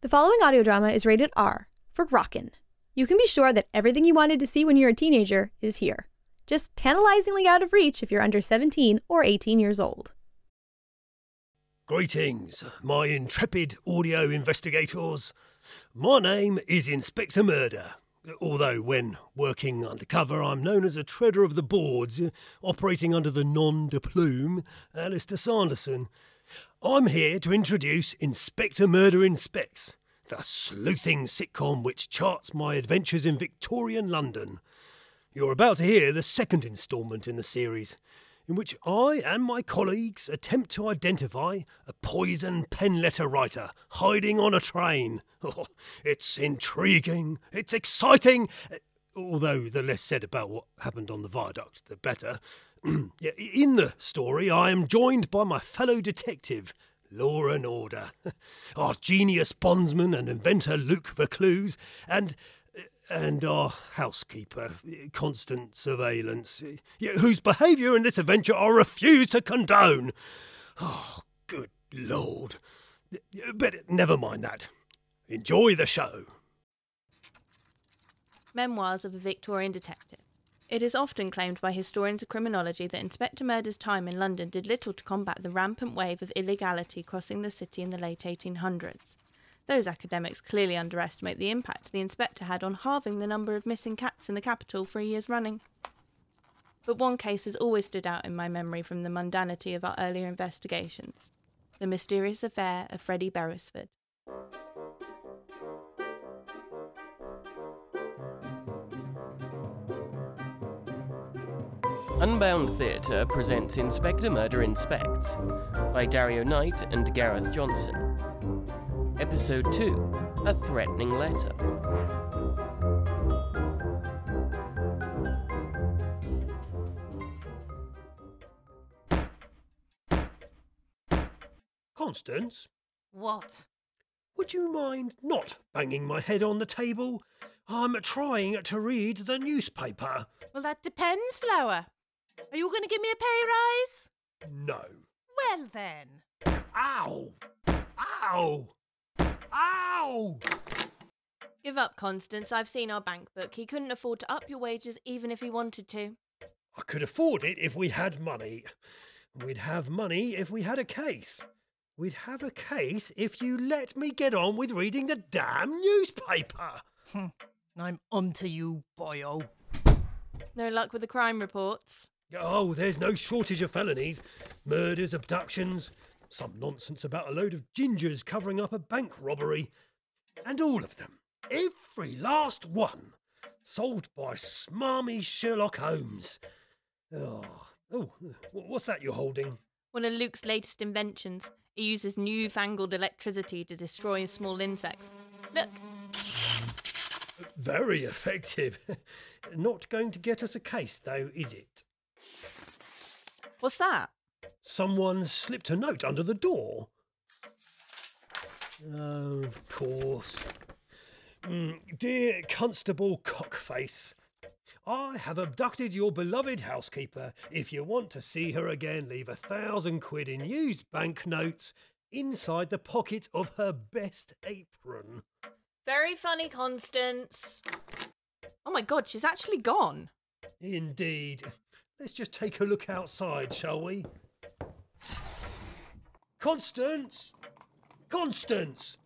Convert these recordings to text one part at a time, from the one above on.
The following audio drama is rated R for rockin'. You can be sure that everything you wanted to see when you're a teenager is here. Just tantalizingly out of reach if you're under 17 or 18 years old. Greetings, my intrepid audio investigators. My name is Inspector Murder, although when working undercover, I'm known as a treader of the boards, uh, operating under the nom de plume, Alistair Sanderson. I'm here to introduce Inspector Murder in Specs, the sleuthing sitcom which charts my adventures in Victorian London. You're about to hear the second instalment in the series, in which I and my colleagues attempt to identify a poison pen letter writer hiding on a train. Oh, it's intriguing, it's exciting, eh, although the less said about what happened on the viaduct, the better. Yeah, i- in the story, I am joined by my fellow detective, Law and Order, our genius bondsman and inventor Luke Vercluse, and and our housekeeper, constant surveillance, yeah, whose behaviour in this adventure I refuse to condone. Oh, good lord. But never mind that. Enjoy the show. Memoirs of a Victorian Detective. It is often claimed by historians of criminology that Inspector Murder's time in London did little to combat the rampant wave of illegality crossing the city in the late 1800s. Those academics clearly underestimate the impact the inspector had on halving the number of missing cats in the capital for years running. But one case has always stood out in my memory from the mundanity of our earlier investigations the mysterious affair of Freddie Beresford. Unbound Theatre presents Inspector Murder Inspects by Dario Knight and Gareth Johnson. Episode 2 A Threatening Letter. Constance, What? would you mind not banging my head on the table? I'm trying to read the newspaper. Well, that depends, Flower. Are you going to give me a pay rise? No. Well, then. Ow! Ow! Ow! Give up, Constance. I've seen our bank book. He couldn't afford to up your wages even if he wanted to. I could afford it if we had money. We'd have money if we had a case. We'd have a case if you let me get on with reading the damn newspaper. I'm onto you, oh. boyo. No luck with the crime reports. Oh, there's no shortage of felonies murders, abductions, some nonsense about a load of gingers covering up a bank robbery. And all of them, every last one, solved by smarmy Sherlock Holmes. Oh, oh wh- what's that you're holding? One of Luke's latest inventions. He uses newfangled electricity to destroy small insects. Look, Very effective. Not going to get us a case, though, is it? what's that? Someone's slipped a note under the door. Oh, of course. Mm, dear Constable Cockface, I have abducted your beloved housekeeper. If you want to see her again, leave a thousand quid in used banknotes inside the pocket of her best apron. Very funny, Constance. Oh my god, she's actually gone. Indeed. Let's just take a look outside, shall we? Constance! Constance!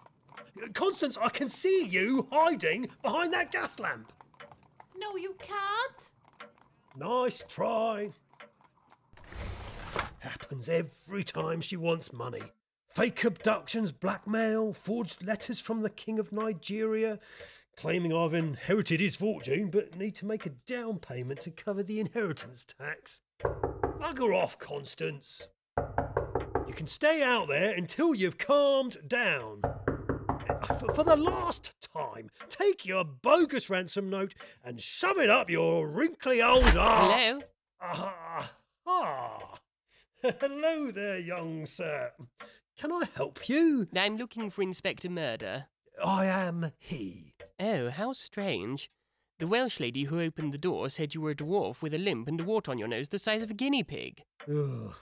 Constance, I can see you hiding behind that gas lamp. No, you can't. Nice try. Happens every time she wants money. Fake abductions, blackmail, forged letters from the King of Nigeria, claiming I've inherited his fortune but need to make a down payment to cover the inheritance tax. Bugger off, Constance. You can stay out there until you've calmed down. Uh, For, for the last time, take your bogus ransom note and shove it up your wrinkly old arse. Hello? Ah, ah. Hello there, young sir. Can I help you? I'm looking for Inspector Murder. I am he. Oh, how strange. The Welsh lady who opened the door said you were a dwarf with a limp and a wart on your nose the size of a guinea pig. Ugh.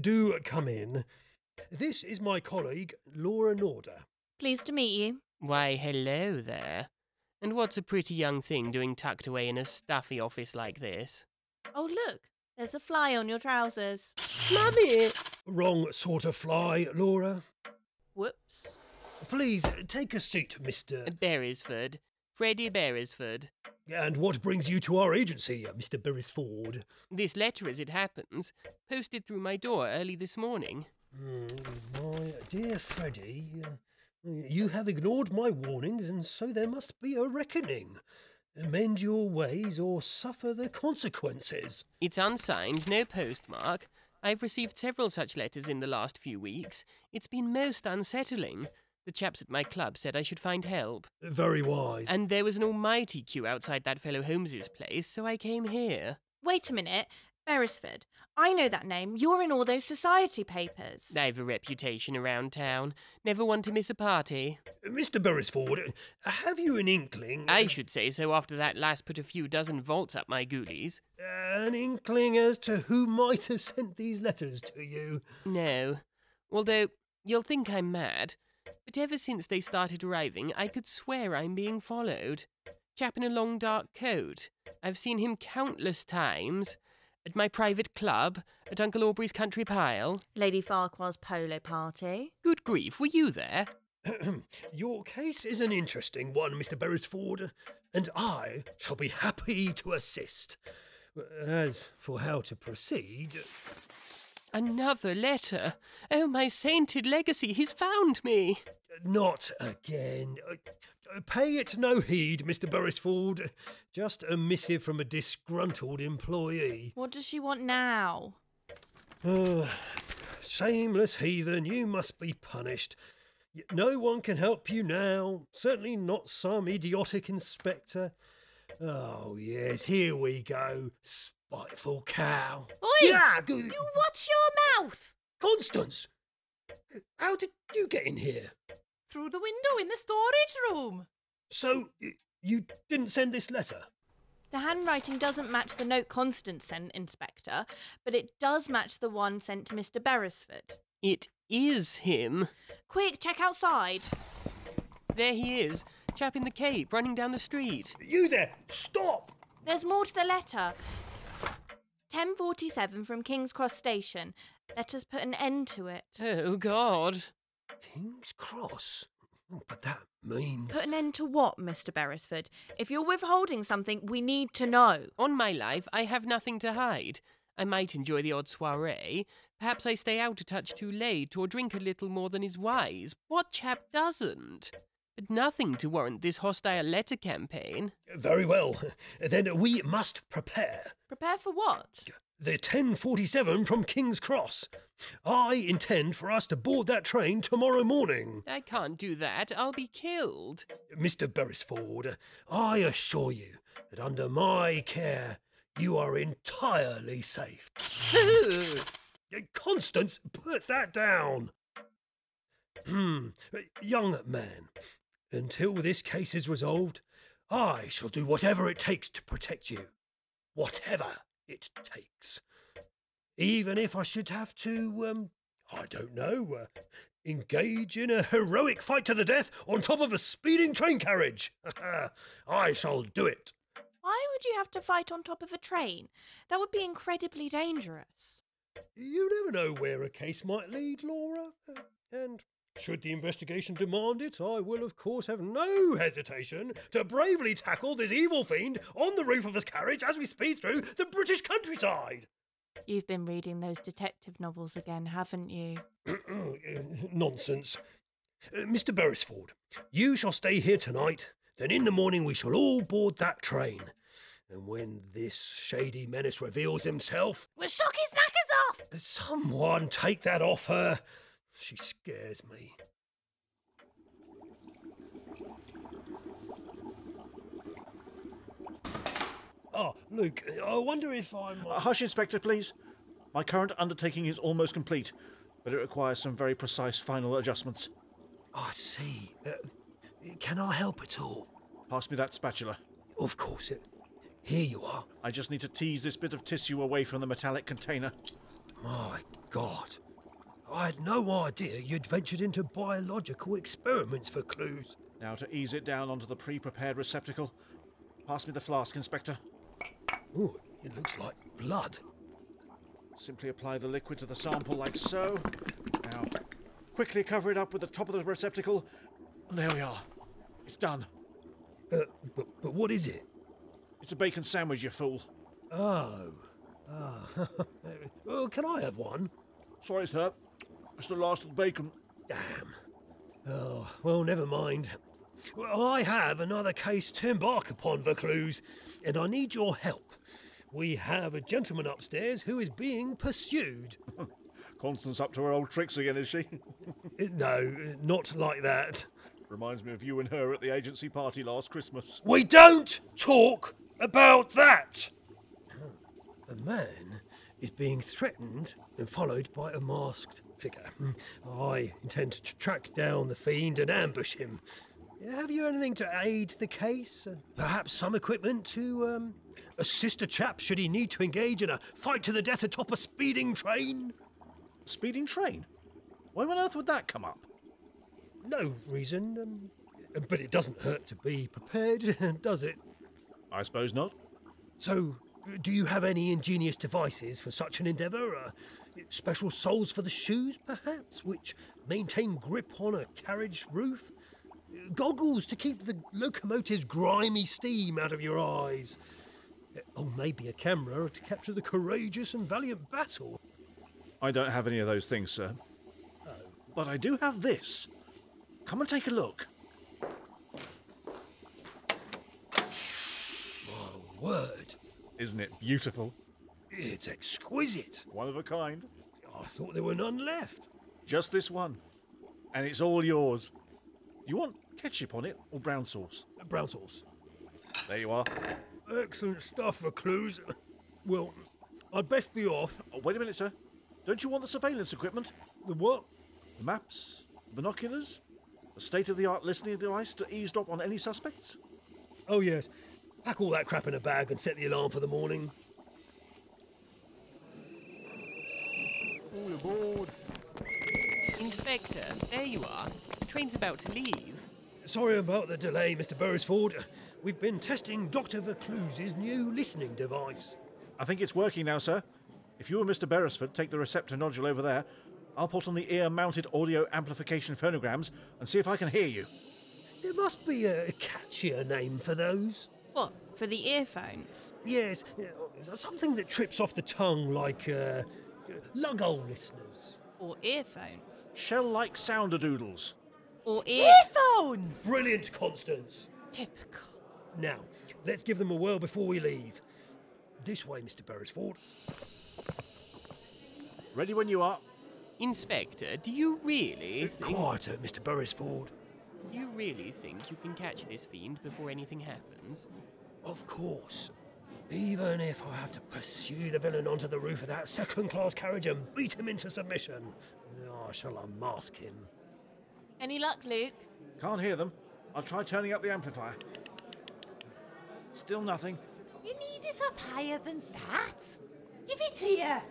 Do come in. This is my colleague, Laura Norder. Pleased to meet you. Why, hello there. And what's a pretty young thing doing tucked away in a stuffy office like this? Oh, look, there's a fly on your trousers. Mummy! Wrong sort of fly, Laura. Whoops. Please take a seat, Uh. Mr. Beresford. Freddie Beresford. And what brings you to our agency, Mr. Beresford? This letter, as it happens, posted through my door early this morning. Mm, my dear Freddy, uh, you have ignored my warnings, and so there must be a reckoning. Mend your ways or suffer the consequences. It's unsigned, no postmark. I've received several such letters in the last few weeks. It's been most unsettling. The chaps at my club said I should find help. Very wise. And there was an almighty queue outside that fellow Holmes's place, so I came here. Wait a minute. Beresford, I know that name. You're in all those society papers. I've a reputation around town. Never one to miss a party. Mr. Beresford, have you an inkling? I should say so after that lass put a few dozen volts up my goolies. An inkling as to who might have sent these letters to you? No. Although, you'll think I'm mad. But ever since they started arriving, I could swear I'm being followed. Chap in a long dark coat. I've seen him countless times. At my private club, at Uncle Aubrey's country pile. Lady Farquhar's polo party. Good grief, were you there? Your case is an interesting one, Mr. Beresford, and I shall be happy to assist. As for how to proceed. Another letter. Oh, my sainted legacy, he's found me. Not again. Uh, Pay it no heed, Mr. Beresford. Just a missive from a disgruntled employee. What does she want now? Ah, shameless heathen, you must be punished. Y- No one can help you now, certainly not some idiotic inspector. Oh, yes, here we go. Spiteful cow. Oi! Yeah, go- You watch your mouth! Constance! Uh, How did you get in here? Through the window in the storage room. So, y- you didn't send this letter? The handwriting doesn't match the note Constance sent, Inspector, but it does match the one sent to Mr. Beresford. It is him. Quick, check outside. There he is, chap in the cape, running down the street. You there! Stop! There's more to the letter. 1047 from King's Cross Station. Let us put an end to it. Oh, God. King's Cross? Oh, But that means. Put an end to what, Mr. Beresford? If you're withholding something, we need to know. On my life, I have nothing to hide. I might enjoy the odd soiree. Perhaps I stay out a touch too late or drink a little more than is wise. What chap doesn't? But nothing to warrant this hostile letter campaign. Very well. Then we must prepare. Prepare for what? The 1047 from King's Cross. I intend for us to board that train tomorrow morning. I can't do that. I'll be killed. Mr. Beresford, I assure you that under my care, you are entirely safe. Ugh. Constance, put that down. Hmm, young man, until this case is resolved, I shall do whatever it takes to protect you. Whatever it takes. Even if I should have to, um, I don't know, uh, engage in a heroic fight to the death on top of a speeding train carriage. I shall do it. Why would you have to fight on top of a train? That would be incredibly dangerous. You never know where a case might lead, Laura. Uh, And should the investigation demand it, I will, of course, have no hesitation to bravely tackle this evil fiend on the roof of this carriage as we speed through the British countryside. You've been reading those detective novels again, haven't you? Nonsense. Uh, Mr. Beresford, you shall stay here tonight. Then in the morning we shall all board that train. And when this shady menace reveals himself, We'll shock his knackers off! Someone take that off her. She scares me. Oh, Luke, I wonder if I Uh, might. hush, Inspector, please. My current undertaking is almost complete, but it requires some very precise final adjustments. I see. Uh, can I help at all? Pass me that spatula. Of course. It, here you are. I just need to tease this bit of tissue away from the metallic container. My God. I had no idea you'd ventured into biological experiments for clues. Now to ease it down onto the pre prepared receptacle. Pass me the flask, Inspector. Ooh, it looks like blood. Simply apply the liquid to the sample like so. Now, quickly cover it up with the top of the receptacle. There we are. It's done. Uh, but, but what is it? It's a bacon sandwich, you fool. Oh. Ah. oh, can I have one? Sorry, sir. It's the last of the bacon. Damn. Oh, well, never mind. Well, I have another case to embark upon, Vercluse, and I need your help. We have a gentleman upstairs who is being pursued. Constance up to her old tricks again, is she? Uh, No, uh, not like that. Reminds me of you and her at the agency party last Christmas. We don't talk about that! A man is being threatened and followed by a masked figure. I intend to track down the fiend and ambush him. Have you anything to aid the case? Uh, Perhaps some equipment to um, assist a chap should he need to engage in a fight to the death atop a speeding train? Speeding train? Why on earth would that come up? No reason, um, but it doesn't hurt to be prepared, does it? I suppose not. So, do you have any ingenious devices for such an endeavour? Uh, special soles for the shoes, perhaps, which maintain grip on a carriage roof? Goggles to keep the locomotive's grimy steam out of your eyes? Uh, Or maybe a camera to capture the courageous and valiant battle? I don't have any of those things, sir. But I do have this. Come and take a look. My word, Isn't it beautiful? it's exquisite. One of a kind. I thought there were none left. Just this one. And it's all yours. You want ketchup on it or brown sauce? Brown sauce. There you are. Excellent stuff for clues. Well, I'd best be off. Oh, wait a minute, sir. Don't you want the surveillance equipment? The what? The maps? Binoculars? A state of the art listening device to eavesdrop on any suspects? Oh, yes. Pack all that crap in a bag and set the alarm for the morning. All aboard. Inspector, there you are. The train's about to leave. Sorry about the delay, Mr. Beresford. We've been testing Dr. Vercluse's new listening device. I think it's working now, sir. If you and Mr. Beresford take the receptor nodule over there, I'll put on the ear mounted audio amplification phonograms and see if I can hear you. There must be a catchier name for those. What? For the earphones? Yes, uh, something that trips off the tongue like uh, lug-hole listeners. Or earphones? Shell like sounder doodles. Or ear. Earphones! Brilliant, Constance. Typical. Now, let's give them a whirl before we leave. This way, Mr. Beresford. Ready when you are. Inspector, do you really think Quieter, Mr. Beresford. you really think you can catch this fiend before anything happens? Of course. Even if I have to pursue the villain onto the roof of that second class carriage and beat him into submission, I shall unmask him. Any luck, Luke? Can't hear them. I'll try turning up the amplifier. Still nothing. You need it up higher than that. Give it here.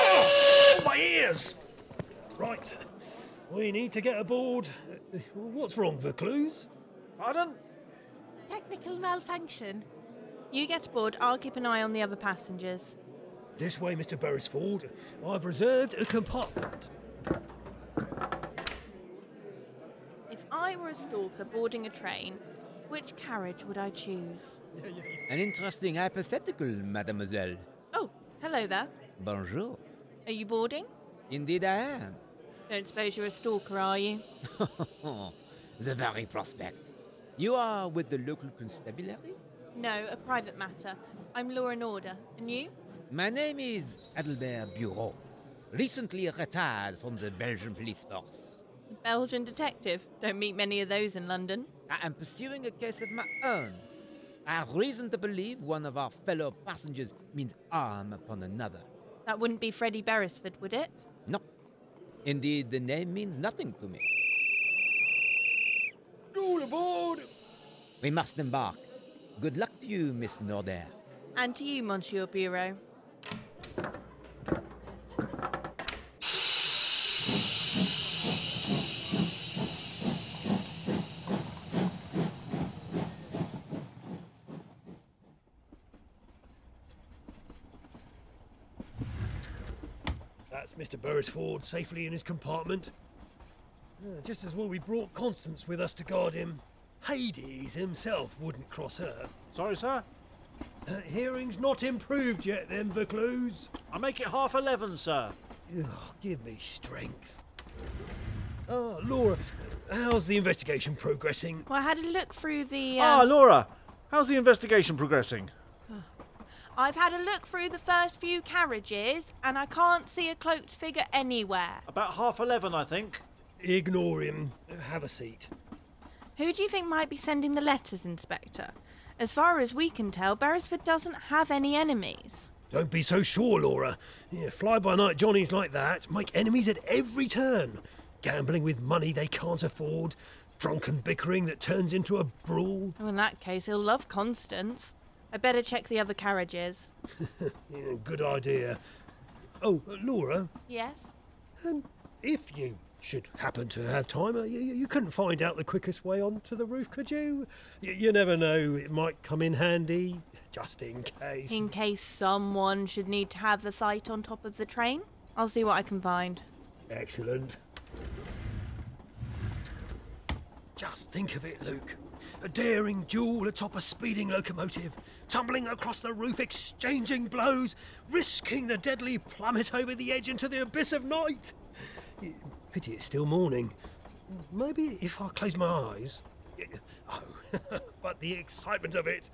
Oh, my ears! Right. We need to get aboard. Uh, What's wrong, Vercluse? Pardon? Technical malfunction. You get aboard, I'll keep an eye on the other passengers. This way, Mr. Beresford. I've reserved a compartment. If I were a stalker boarding a train, which carriage would I choose? An interesting hypothetical, mademoiselle. Oh, hello there. Bonjour. Are you boarding? Indeed, I am. Don't suppose you're a stalker, are you? Oh, the very prospect. You are with the local constabulary? No, a private matter. I'm law and order. And you? My name is Adelbert Bureau, recently retired from the Belgian police force. A Belgian detective. Don't meet many of those in London. I am pursuing a case of my own. I have reason to believe one of our fellow passengers means harm upon another. That wouldn't be Freddie Beresford, would it? No. Indeed, the name means nothing to me. All aboard! We must embark. Good luck to you, Miss Nordair. And to you, Monsieur Bureau. That's Mr. Beresford safely in his compartment. Uh, just as well we brought Constance with us to guard him. Hades himself wouldn't cross her. Sorry, sir. Uh, hearing's not improved yet, then, Vercluse. I make it half eleven, sir. Ugh, give me strength. Ah, Laura, how's the investigation progressing? Well, I had a look through the. Ah, um, Laura, how's the investigation progressing? I've had a look through the first few carriages, and I can't see a cloaked figure anywhere. About half eleven, I think. Ignore him. Have a seat. Who do you think might be sending the letters, Inspector? As far as we can tell, Beresford doesn't have any enemies. Don't be so sure, Laura. Yeah, fly by night Johnnies like that make enemies at every turn. Gambling with money they can't afford, drunken bickering that turns into a brawl. Oh, in that case, he'll love Constance. I better check the other carriages. Yeah, good idea. Oh, uh, Laura, Yes? um, if you should happen to have time, uh, you, you couldn't find out the quickest way onto the roof, could you? You, you never know, it might come in handy, just in case. In case someone should need to have the fight on top of the train, I'll see what I can find. Excellent. Just think of it, Luke. A daring duel atop a speeding locomotive, tumbling across the roof, exchanging blows, risking the deadly plummet over the edge into the abyss of night. Eh, Pity it's still morning. Maybe if I close my eyes. Eh, Oh, but the excitement of it.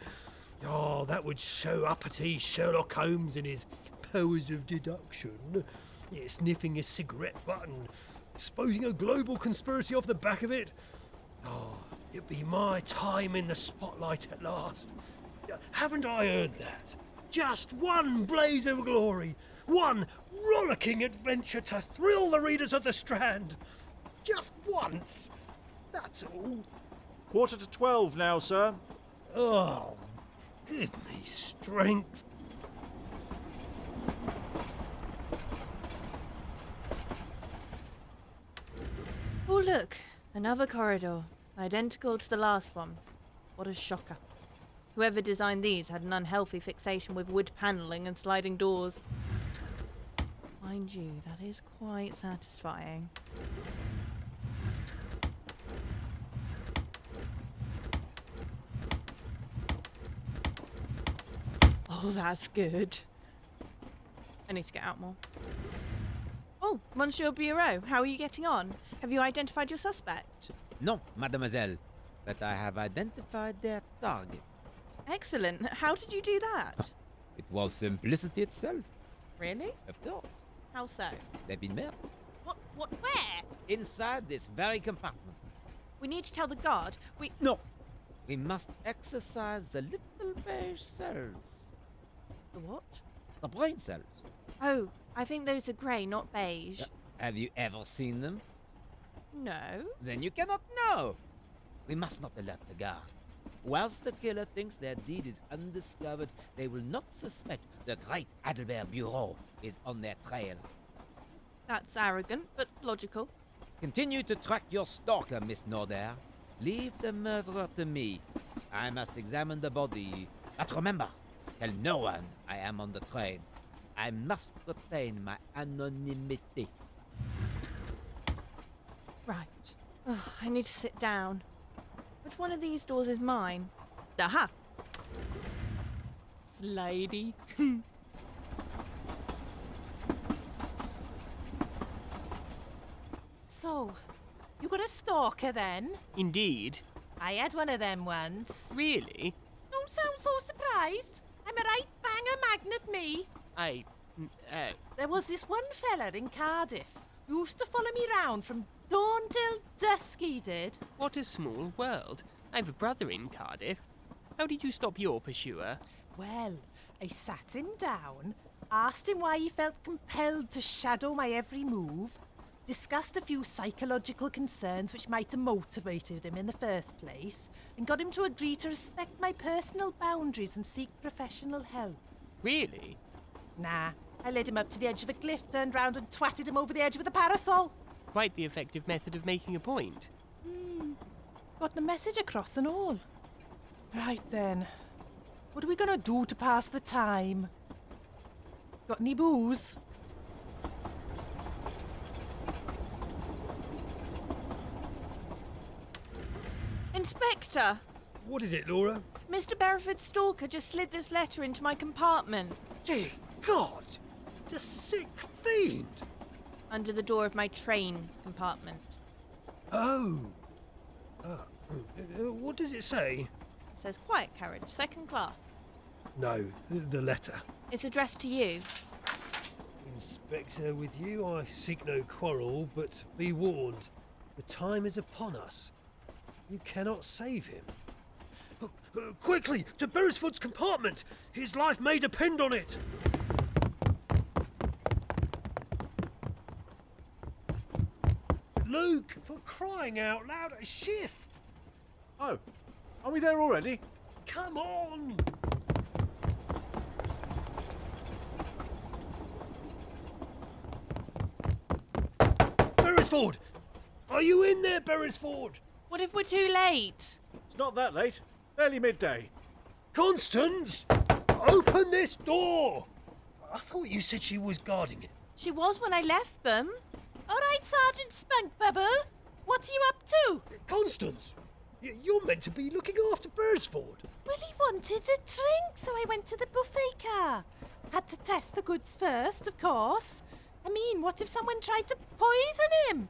Oh, that would show uppity Sherlock Holmes in his powers of deduction. Yeah, sniffing his cigarette butt and exposing a global conspiracy off the back of it. Oh, it'd be my time in the spotlight at last. Yeah, Haven't I earned that? Just one blaze of glory, one rollicking adventure to thrill the readers of the Strand. Just once. That's all. Quarter to twelve now, sir. Oh, give me strength. Oh, look, another corridor, identical to the last one. What a shocker. Whoever designed these had an unhealthy fixation with wood panelling and sliding doors. Mind you, that is quite satisfying. Oh, that's good. I need to get out more. Oh, Monsieur Bureau, how are you getting on? Have you identified your suspect? No, mademoiselle, but I have identified their target. Excellent. How did you do that? It was simplicity itself, really? of course. How so? They've been met What? What? Where? inside this very compartment. We need to tell the guard. We. No, we must exercise the little beige cells, The what? the brain cells. Oh, I think those are grey, not beige. Have you ever seen them? No. Then you cannot know. We must not alert the guard. Whilst the killer thinks their deed is undiscovered, they will not suspect the great Adelbert Bureau is on their trail. That's arrogant, but logical. Continue to track your stalker, Miss Norder. Leave the murderer to me. I must examine the body. But remember, tell no one I am on the train. I must retain my anonymity. Right. Ugh, I need to sit down. Which one of these doors is mine? Aha! Slidey. So, you got a stalker then? Indeed. I had one of them once. Really? Don't sound so surprised. I'm a right banger magnet, me. I. n- Uh, There was this one fella in Cardiff who used to follow me round from dawn till dusk, he did. what a small world. I've a brother in Cardiff. How did you stop your pursuer? Well, I sat him down, asked him why he felt compelled to shadow my every move, discussed a few psychological concerns which might have motivated him in the first place, and got him to agree to respect my personal boundaries and seek professional help. Really? Nah, I led him up to the edge of a cliff, turned round and twatted him over the edge with a parasol. Quite the effective method of making a point. Got the message across and all. Right then. What are we gonna do to pass the time? Got any booze? Inspector! What is it, Laura? Mr. Bereford Stalker just slid this letter into my compartment. Dear God! The sick fiend! Under the door of my train compartment. Oh. Ah, mm. Uh, what does it say? It says quiet carriage, second class. No, th- the letter. It's addressed to you. Inspector, with you I seek no quarrel, but be warned, the time is upon us. You cannot save him. Uh, uh, quickly, to Beresford's compartment! His life may depend on it! Luke, for crying out loud, a shift! Oh, are we there already? Come on! Beresford! Are you in there, Beresford? What if we're too late? It's not that late. Barely midday. Constance! Open this door! I thought you said she was guarding it. She was when I left them. All right, Sergeant Spunkbubble. What are you up to? Constance! y- You're meant to be looking after Beresford. Well, he wanted a drink, so I went to the buffet car. Had to test the goods first, of course. I mean, what if someone tried to poison him?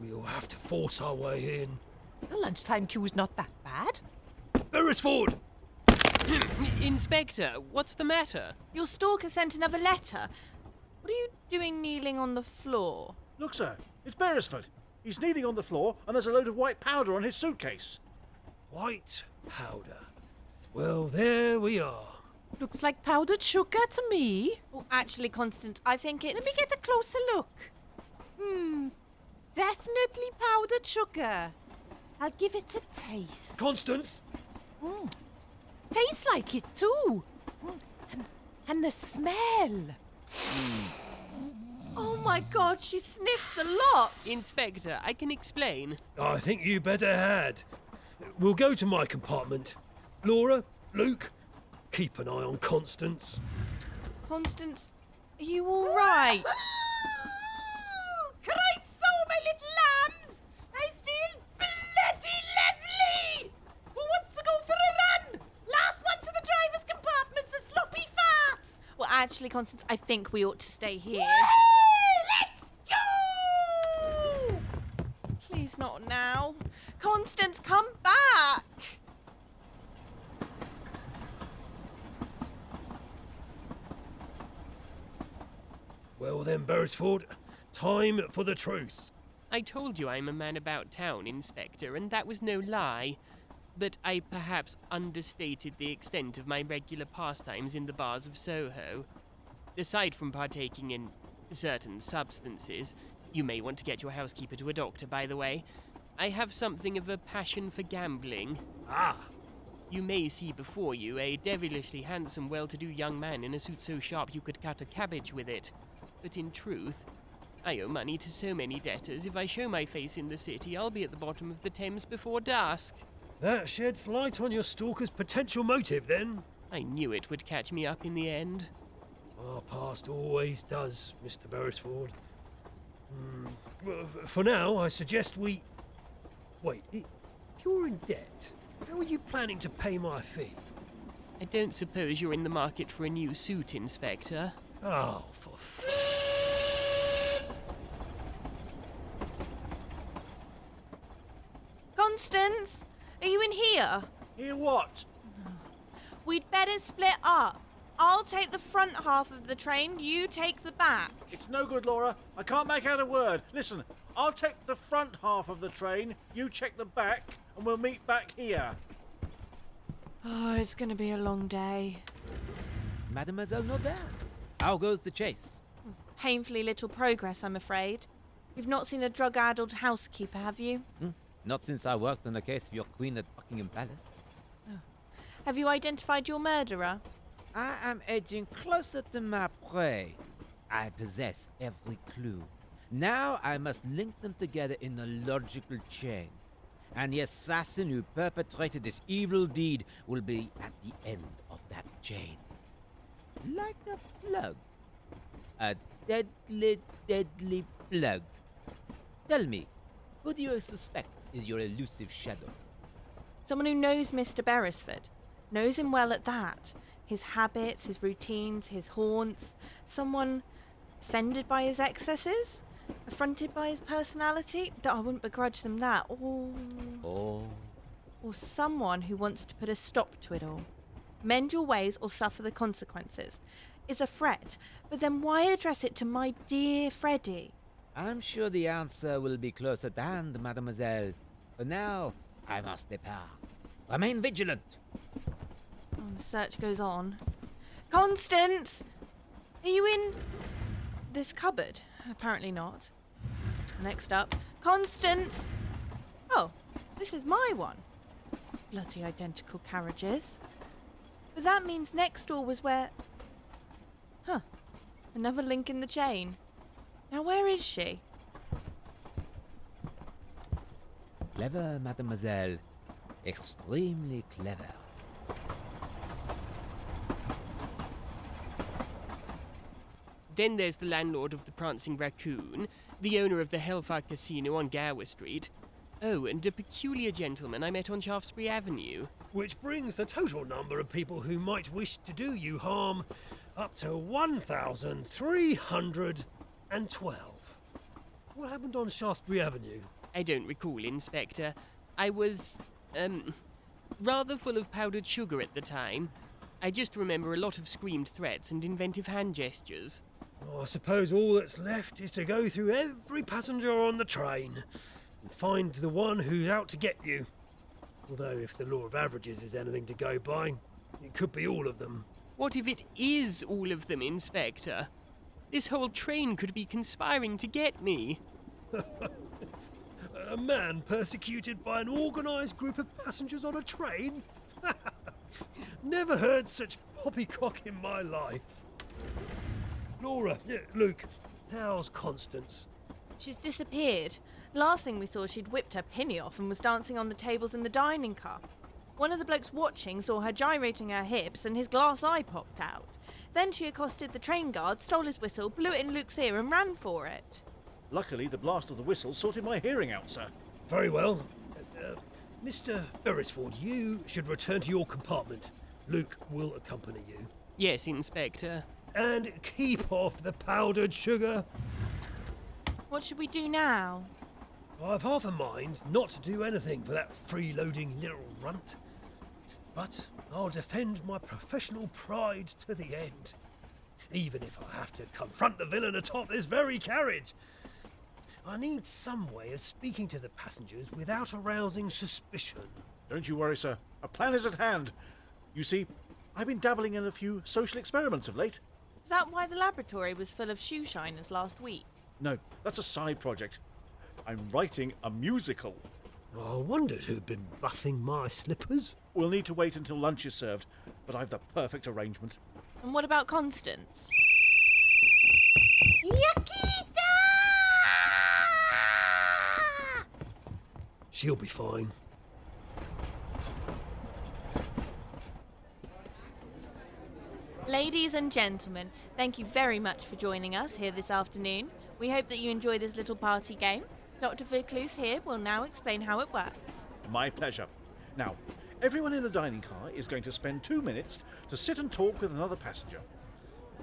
We'll have to force our way in. The lunchtime queue's not that bad. Beresford! Inspector, what's the matter? Your stalker sent another letter. What are you doing kneeling on the floor? Look, sir, it's Beresford. He's kneeling on the floor, and there's a load of white powder on his suitcase. White powder. Well, there we are. Looks like powdered sugar to me. Oh, actually, Constance, I think it's. Let me get a closer look. Hmm, definitely powdered sugar. I'll give it a taste. Constance! Tastes like it too. Hmm, Mm, And, and the smell. Oh my god, she sniffed the lot! Inspector, I can explain. I think you better had. We'll go to my compartment. Laura, Luke, keep an eye on Constance. Constance, are you alright? Oh, Christ, oh, my little lambs! I feel bloody lovely! Who wants to go for a run? Last one to the driver's compartment's a sloppy fart! well, actually, Constance, I think we ought to stay here. Hey, let's go! Please, not now. Constance, come back! Well then, Beresford, time for the truth. I told you I'm a man about town, Inspector, and that was no lie. But I perhaps understated the extent of my regular pastimes in the bars of Soho. Aside from partaking in certain substances, you may want to get your housekeeper to a doctor, by the way. I have something of a passion for gambling. Ah, You may see before you a devilishly handsome, well to do young man in a suit so sharp you could cut a cabbage with it. But in truth, I owe money to so many debtors, if I show my face in the city, I'll be at the bottom of the Thames before dusk. that sheds light on your stalker's potential motive then. I knew it would catch me up in the end. Our past always does, Mr. Beresford. Hmm, well, f- for now, I suggest we. Wait, i- you're in debt. How are you planning to pay my fee? I don't suppose you're in the market for a new suit, Inspector. Oh, for f- Constance, are you in here? Hear what? We'd better split up. I'll take the front half of the train, you take the back. It's no good, Laura. I can't make out a word. Listen, I'll take the front half of the train, you check the back, and we'll meet back here. Oh, it's gonna be a long day. Mademoiselle Nodair, how goes the chase? Painfully little progress, I'm afraid. You've not seen a drug addled housekeeper, have you? Hmm. Not since I worked on the case of your queen at Buckingham Palace. Have you identified your murderer? I am edging closer to my prey. I possess every clue. Now I must link them together in a logical chain. And the assassin who perpetrated this evil deed will be at the end of that chain. Like a plug. A deadly, deadly plug. Tell me, who do you suspect is your elusive shadow? Someone who knows Mr. Beresford, knows him well at that. His habits, his routines, his haunts. Someone offended by his excesses, affronted by his personality. That I wouldn't begrudge them that. Or, Oh, or someone who wants to put a stop to it all. Mend your ways or suffer the consequences. Is a threat, but then why address it to my dear Freddy? I'm sure the answer will be close at hand, mademoiselle. For now, I must depart. Remain vigilant. Oh, the search goes on. Constance! Are you in this cupboard? Apparently not. Next up. Constance! Oh, this is my one. Bloody identical carriages. But that means next door was where. Huh. Another link in the chain. Now, where is she? Clever, mademoiselle. Extremely clever. Then there's the landlord of the Prancing Raccoon, the owner of the Hellfire Casino on Gower Street. Oh, and a peculiar gentleman I met on Shaftesbury Avenue. Which brings the total number of people who might wish to do you harm up to 1,312. What happened on Shaftesbury Avenue? I don't recall, Inspector. I was, um, rather full of powdered sugar at the time. I just remember a lot of screamed threats and inventive hand gestures. Oh, I suppose all that's left is to go through every passenger on the train and find the one who's out to get you. Although, if the law of averages is anything to go by, it could be all of them. What if it is all of them, Inspector? This whole train could be conspiring to get me. A man persecuted by an organised group of passengers on a train? Never heard such poppycock in my life. Laura, yeah, Luke, how's Constance? She's disappeared. Last thing we saw, she'd whipped her pinny off and was dancing on the tables in the dining car. One of the blokes watching saw her gyrating her hips and his glass eye popped out. Then she accosted the train guard, stole his whistle, blew it in Luke's ear, and ran for it. Luckily, the blast of the whistle sorted my hearing out, sir. Very well. Uh, Mr. Beresford, you should return to your compartment. Luke will accompany you. Yes, Inspector. And keep off the powdered sugar. What should we do now? I've half a mind not to do anything for that freeloading little runt. But I'll defend my professional pride to the end. Even if I have to confront the villain atop this very carriage. I need some way of speaking to the passengers without arousing suspicion. Don't you worry, sir. A plan is at hand. You see, I've been dabbling in a few social experiments of late. Is that why the laboratory was full of shoe shiners last week? No, that's a side project. I'm writing a musical. I wondered who'd been buffing my slippers. We'll need to wait until lunch is served, but I've the perfect arrangement. And what about Constance? Yakita! She'll be fine. Ladies and gentlemen, thank you very much for joining us here this afternoon. We hope that you enjoy this little party game. Dr. Vicluse here will now explain how it works. My pleasure. Now, everyone in the dining car is going to spend two minutes to sit and talk with another passenger.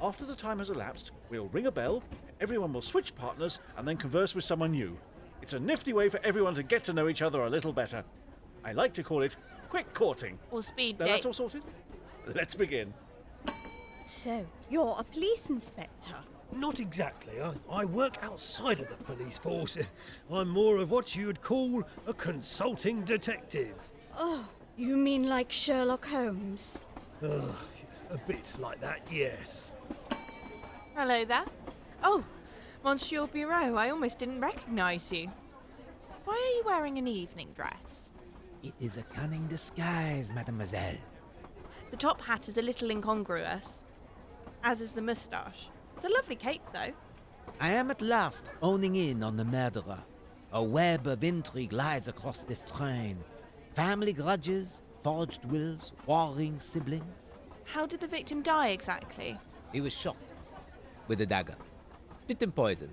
After the time has elapsed, we'll ring a bell, everyone will switch partners, and then converse with someone new. It's a nifty way for everyone to get to know each other a little better. I like to call it quick courting. Or speed Now date. that's all sorted? Let's begin. So, you're a police inspector. Not exactly. I, I work outside of the police force. I'm more of what you would call a consulting detective. Oh, you mean like Sherlock Holmes? Ugh, a bit like that, yes. Hello there. Oh, Monsieur Bureau, I almost didn't recognise you. Why are you wearing an evening dress? It is a cunning disguise, mademoiselle. The top hat is a little incongruous, as is the moustache. It's a lovely cape, though. I am at last honing in on the murderer. A web of intrigue lies across this train. Family grudges, forged wills, warring siblings. How did the victim die exactly? He was shot with a dagger. Bitten poison.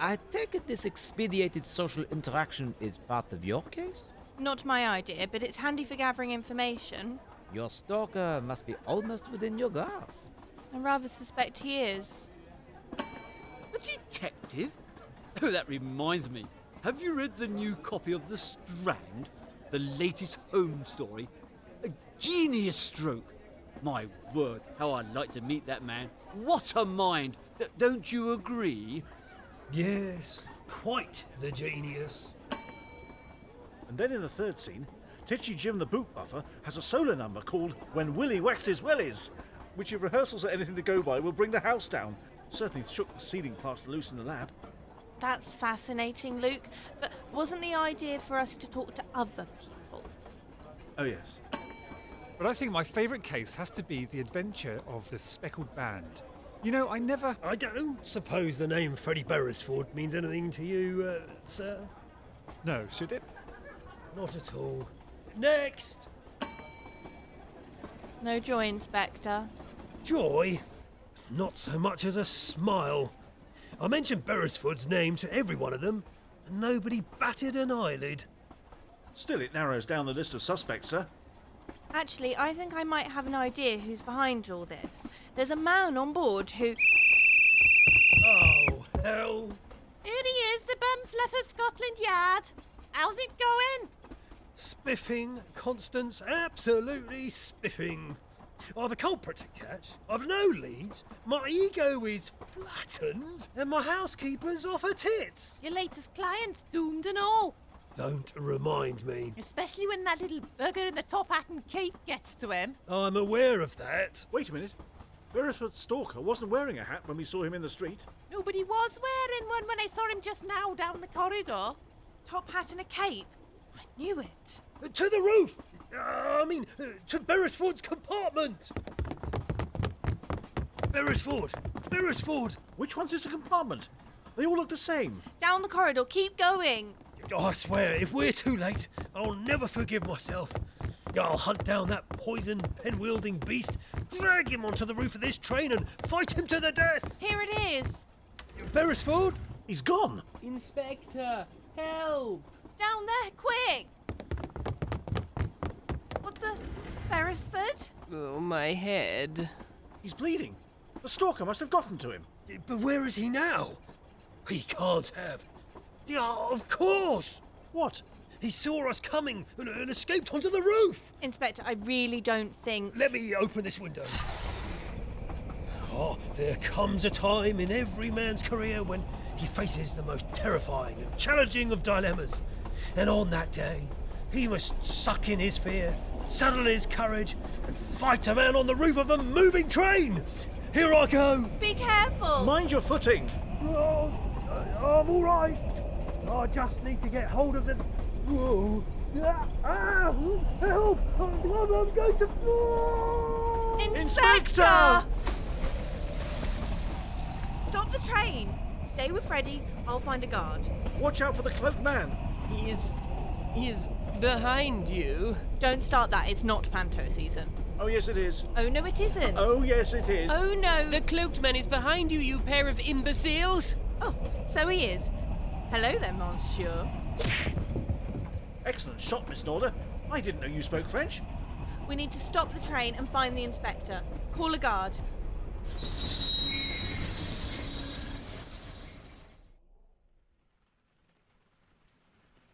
I take it this expedited social interaction is part of your case? Not my idea, but it's handy for gathering information. Your stalker must be almost within your grasp. I rather suspect he is. Detective? Oh, that reminds me. Have you read the new copy of The Strand? The latest home story? A genius stroke. My word, how I'd like to meet that man. What a mind! D- don't you agree? Yes, quite the genius. And then in the third scene, Titchy Jim the Boot Buffer has a solo number called When Willy Waxes Wellies, which if rehearsals are anything to go by will bring the house down. Certainly shook the ceiling plaster loose in the lab. That's fascinating, Luke. But wasn't the idea for us to talk to other people? Oh, yes. But I think my favourite case has to be the adventure of the speckled band. You know, I never. I don't suppose the name Freddie Beresford means anything to you, uh, sir? No, should it? Not at all. Next! No joy, Inspector. Joy? Not so much as a smile. I mentioned Beresford's name to every one of them, and nobody batted an eyelid. Still, it narrows down the list of suspects, sir. Actually, I think I might have an idea who's behind all this. There's a man on board who. Oh, hell. Here he is, the bum fluff of Scotland Yard. How's it going? Spiffing, Constance, absolutely spiffing. I've a culprit to catch, I've no leads, my ego is flattened, and my housekeeper's off her tits. Your latest client's doomed and all. Don't remind me. Especially when that little bugger in the top hat and cape gets to him. I'm aware of that. Wait a minute. Beresford's stalker wasn't wearing a hat when we saw him in the street. Nobody was wearing one when I saw him just now down the corridor. Top hat and a cape. I knew it. To the roof! Uh, I mean, uh, to Beresford's compartment! Beresford! Beresford! Which one's this a compartment? They all look the same. Down the corridor, keep going. Oh, I swear, if we're too late, I'll never forgive myself. I'll hunt down that poisoned, pen wielding beast, drag him onto the roof of this train, and fight him to the death! Here it is. Beresford! He's gone! Inspector, help! Down there, quick! What the? Beresford? Oh, my head. He's bleeding. The stalker must have gotten to him. But where is he now? He can't have. Yeah, of course! What? He saw us coming and, and escaped onto the roof! Inspector, I really don't think. Let me open this window. Oh, there comes a time in every man's career when he faces the most terrifying and challenging of dilemmas. And on that day, he must suck in his fear, saddle his courage, and fight a man on the roof of a moving train! Here I go! Be careful! Mind your footing! Oh, I- I'm all right. I just need to get hold of the. Whoa. Ah, ah, help! I'm, I'm going to. Inspector! Stop the train. Stay with Freddy. I'll find a guard. Watch out for the cloaked man! He is. He is behind you. Don't start that. It's not panto season. Oh, yes, it is. Oh no, it isn't. Oh, yes, it is. Oh no. The cloaked man is behind you, you pair of imbeciles! Oh, so he is. Hello there, monsieur. Excellent shot, Miss Norder. I didn't know you spoke French. We need to stop the train and find the inspector. Call a guard.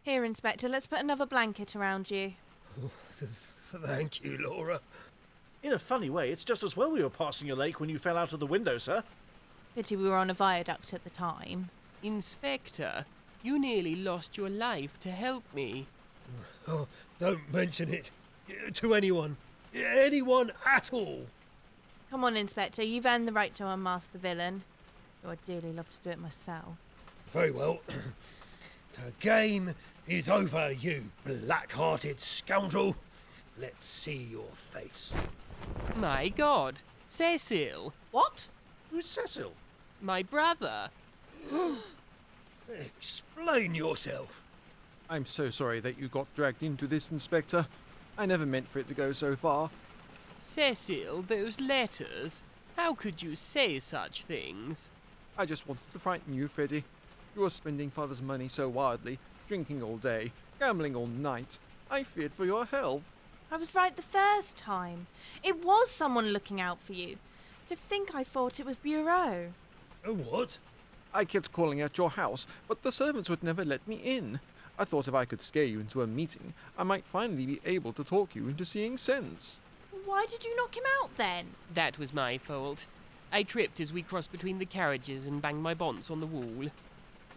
Here, Inspector, let's put another blanket around you. Thank you, Laura. In a funny way, it's just as well we were passing your lake when you fell out of the window, sir. Pity we were on a viaduct at the time. Inspector, you nearly lost your life to help me. Oh, don't mention it uh, to anyone. Anyone at all. Come on, Inspector, you've earned the right to unmask the villain. Though I'd dearly love to do it myself. Very well. the game is over, you black hearted scoundrel. Let's see your face. My god, Cecil, What? Who's Cecil? my brother. Explain yourself. I'm so sorry that you got dragged into this, Inspector. I never meant for it to go so far. Cecil, those letters. How could you say such things? I just wanted to frighten you, Freddy. You are spending Father's money so wildly, drinking all day, gambling all night, I feared for your health. I was right the first time. It was someone looking out for you. To think I thought it was Bureau. Oh, What? I kept calling at your house, but the servants would never let me in. I thought if I could scare you into a meeting, I might finally be able to talk you into seeing sense. Why did you knock him out then? That was my fault. I tripped as we crossed between the carriages and banged my bonds on the wall.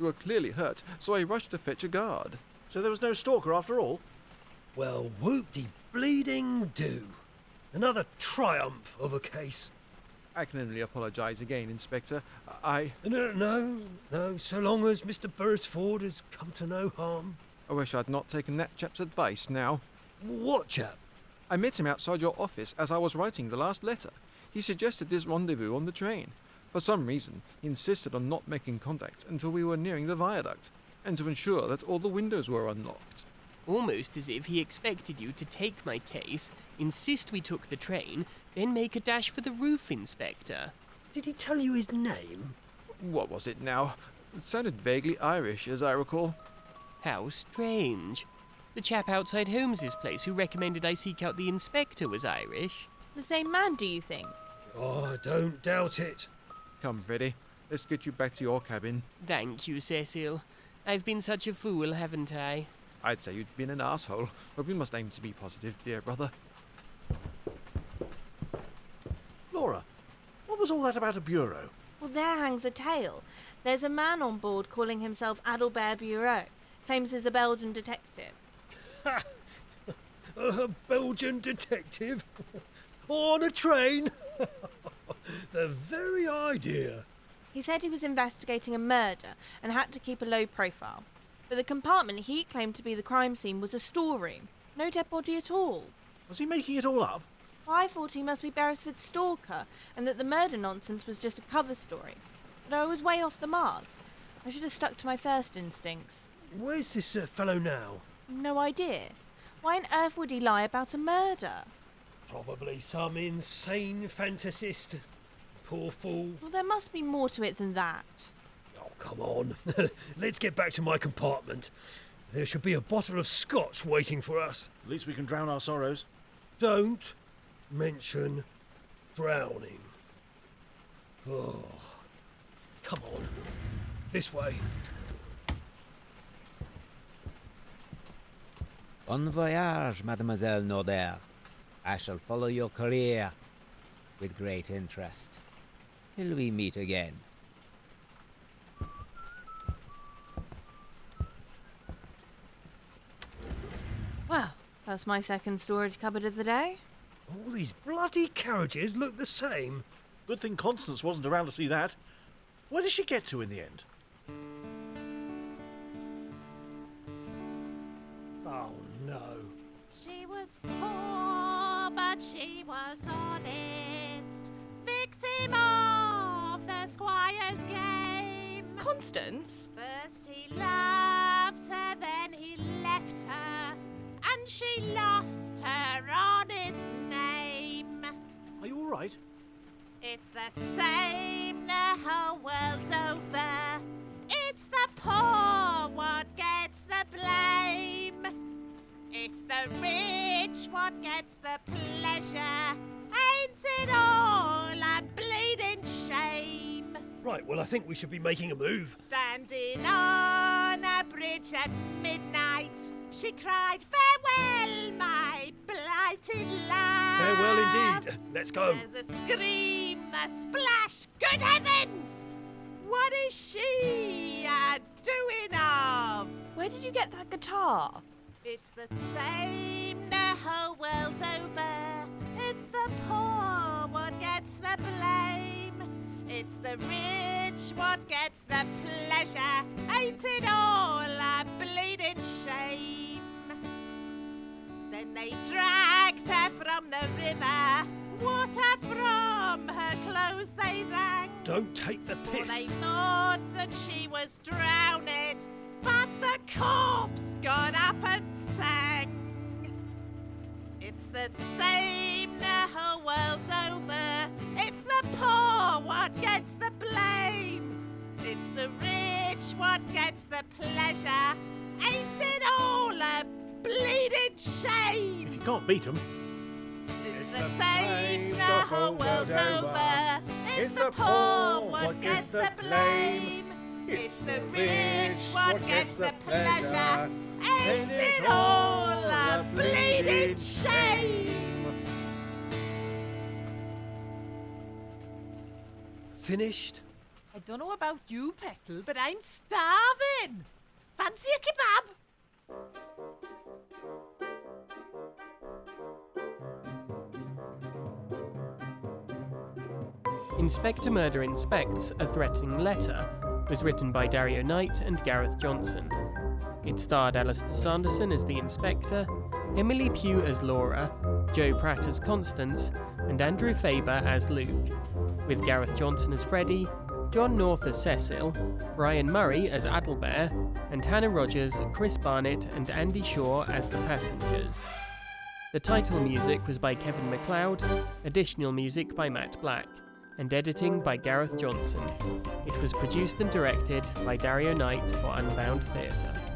You were clearly hurt, so I rushed to fetch a guard. So there was no stalker after all? Well, whoop de bleeding do. Another triumph of a case. I can only apologise again, Inspector. I. No, no, no, so long as Mr. Beresford has come to no harm. I wish I'd not taken that chap's advice now. What chap? I met him outside your office as I was writing the last letter. He suggested this rendezvous on the train. For some reason, he insisted on not making contact until we were nearing the viaduct, and to ensure that all the windows were unlocked. Almost as if he expected you to take my case, insist we took the train, then make a dash for the roof, Inspector. Did he tell you his name? What was it now? It sounded vaguely Irish, as I recall. How strange. The chap outside Holmes's place who recommended I seek out the inspector was Irish. The same man, do you think? Oh, don't doubt it. Come, Freddy. Let's get you back to your cabin. Thank you, Cecil. I've been such a fool, haven't I? I'd say you'd been an asshole, but we must aim to be positive, dear brother. Laura, what was all that about a bureau? Well, there hangs a tale. There's a man on board calling himself Adelbert Bureau. Claims he's a Belgian detective. A Belgian detective? On a train? the very idea. He said he was investigating a murder and had to keep a low profile. But the compartment he claimed to be the crime scene was a storeroom. No dead body at all. Was he making it all up? I thought he must be Beresford's stalker and that the murder nonsense was just a cover story. But I was way off the mark. I should have stuck to my first instincts. Where's this uh, fellow now? No idea. Why on earth would he lie about a murder? Probably some insane fantasist. Poor fool. Well, there must be more to it than that. Oh, come on. Let's get back to my compartment. There should be a bottle of scotch waiting for us. At least we can drown our sorrows. Don't mention drowning. Oh, come on. This way. Bon voyage, Mademoiselle Nordair. I shall follow your career with great interest. Till we meet again. Well, that's my second storage cupboard of the day. All these bloody carriages look the same. Good thing Constance wasn't around to see that. Where did she get to in the end? Oh no. She was poor, but she was honest. Victim of the squire's game. Constance? First he loved her, then he left her, and she lost her honest name. Are you all right? It's the same the whole world over. It's the poor what gets the blame. It's the rich what gets the pleasure. Ain't it all a bleeding shame? Right, well, I think we should be making a move. Standing on a bridge at midnight, she cried, Farewell, my blighted love. Farewell indeed. Let's go. There's a scream, a splash. Good heavens! What is she a doing of? Where did you get that guitar? It's the same the whole world over. It's the poor what gets the blame. It's the rich what gets the pleasure. Ain't it all a bleeding shame? Then they dragged her from the river. Water from her clothes they wrung. Don't take the For they piss. thought that she was drowned, but the corpse got up and sang. It's the same the whole world over. It's the poor what gets the blame. It's the rich what gets the pleasure. Ain't it all a bleeding shame! If you can't beat them, It's the same the whole world over. It's the poor what gets the blame. It's the rich what gets the pleasure. Ain't it all a bleeding shame? Finished? I don't know about you, Petal, but I'm starving. Fancy a kebab? Inspector Murder Inspects A Threatening Letter was written by Dario Knight and Gareth Johnson. It starred Alistair Sanderson as the inspector, Emily Pugh as Laura, Joe Pratt as Constance, and Andrew Faber as Luke, with Gareth Johnson as Freddy, John North as Cecil, Brian Murray as Adelbert, and Hannah Rogers, Chris Barnett, and Andy Shaw as the passengers. The title music was by Kevin MacLeod, additional music by Matt Black, and editing by Gareth Johnson. It was produced and directed by Dario Knight for Unbound Theatre.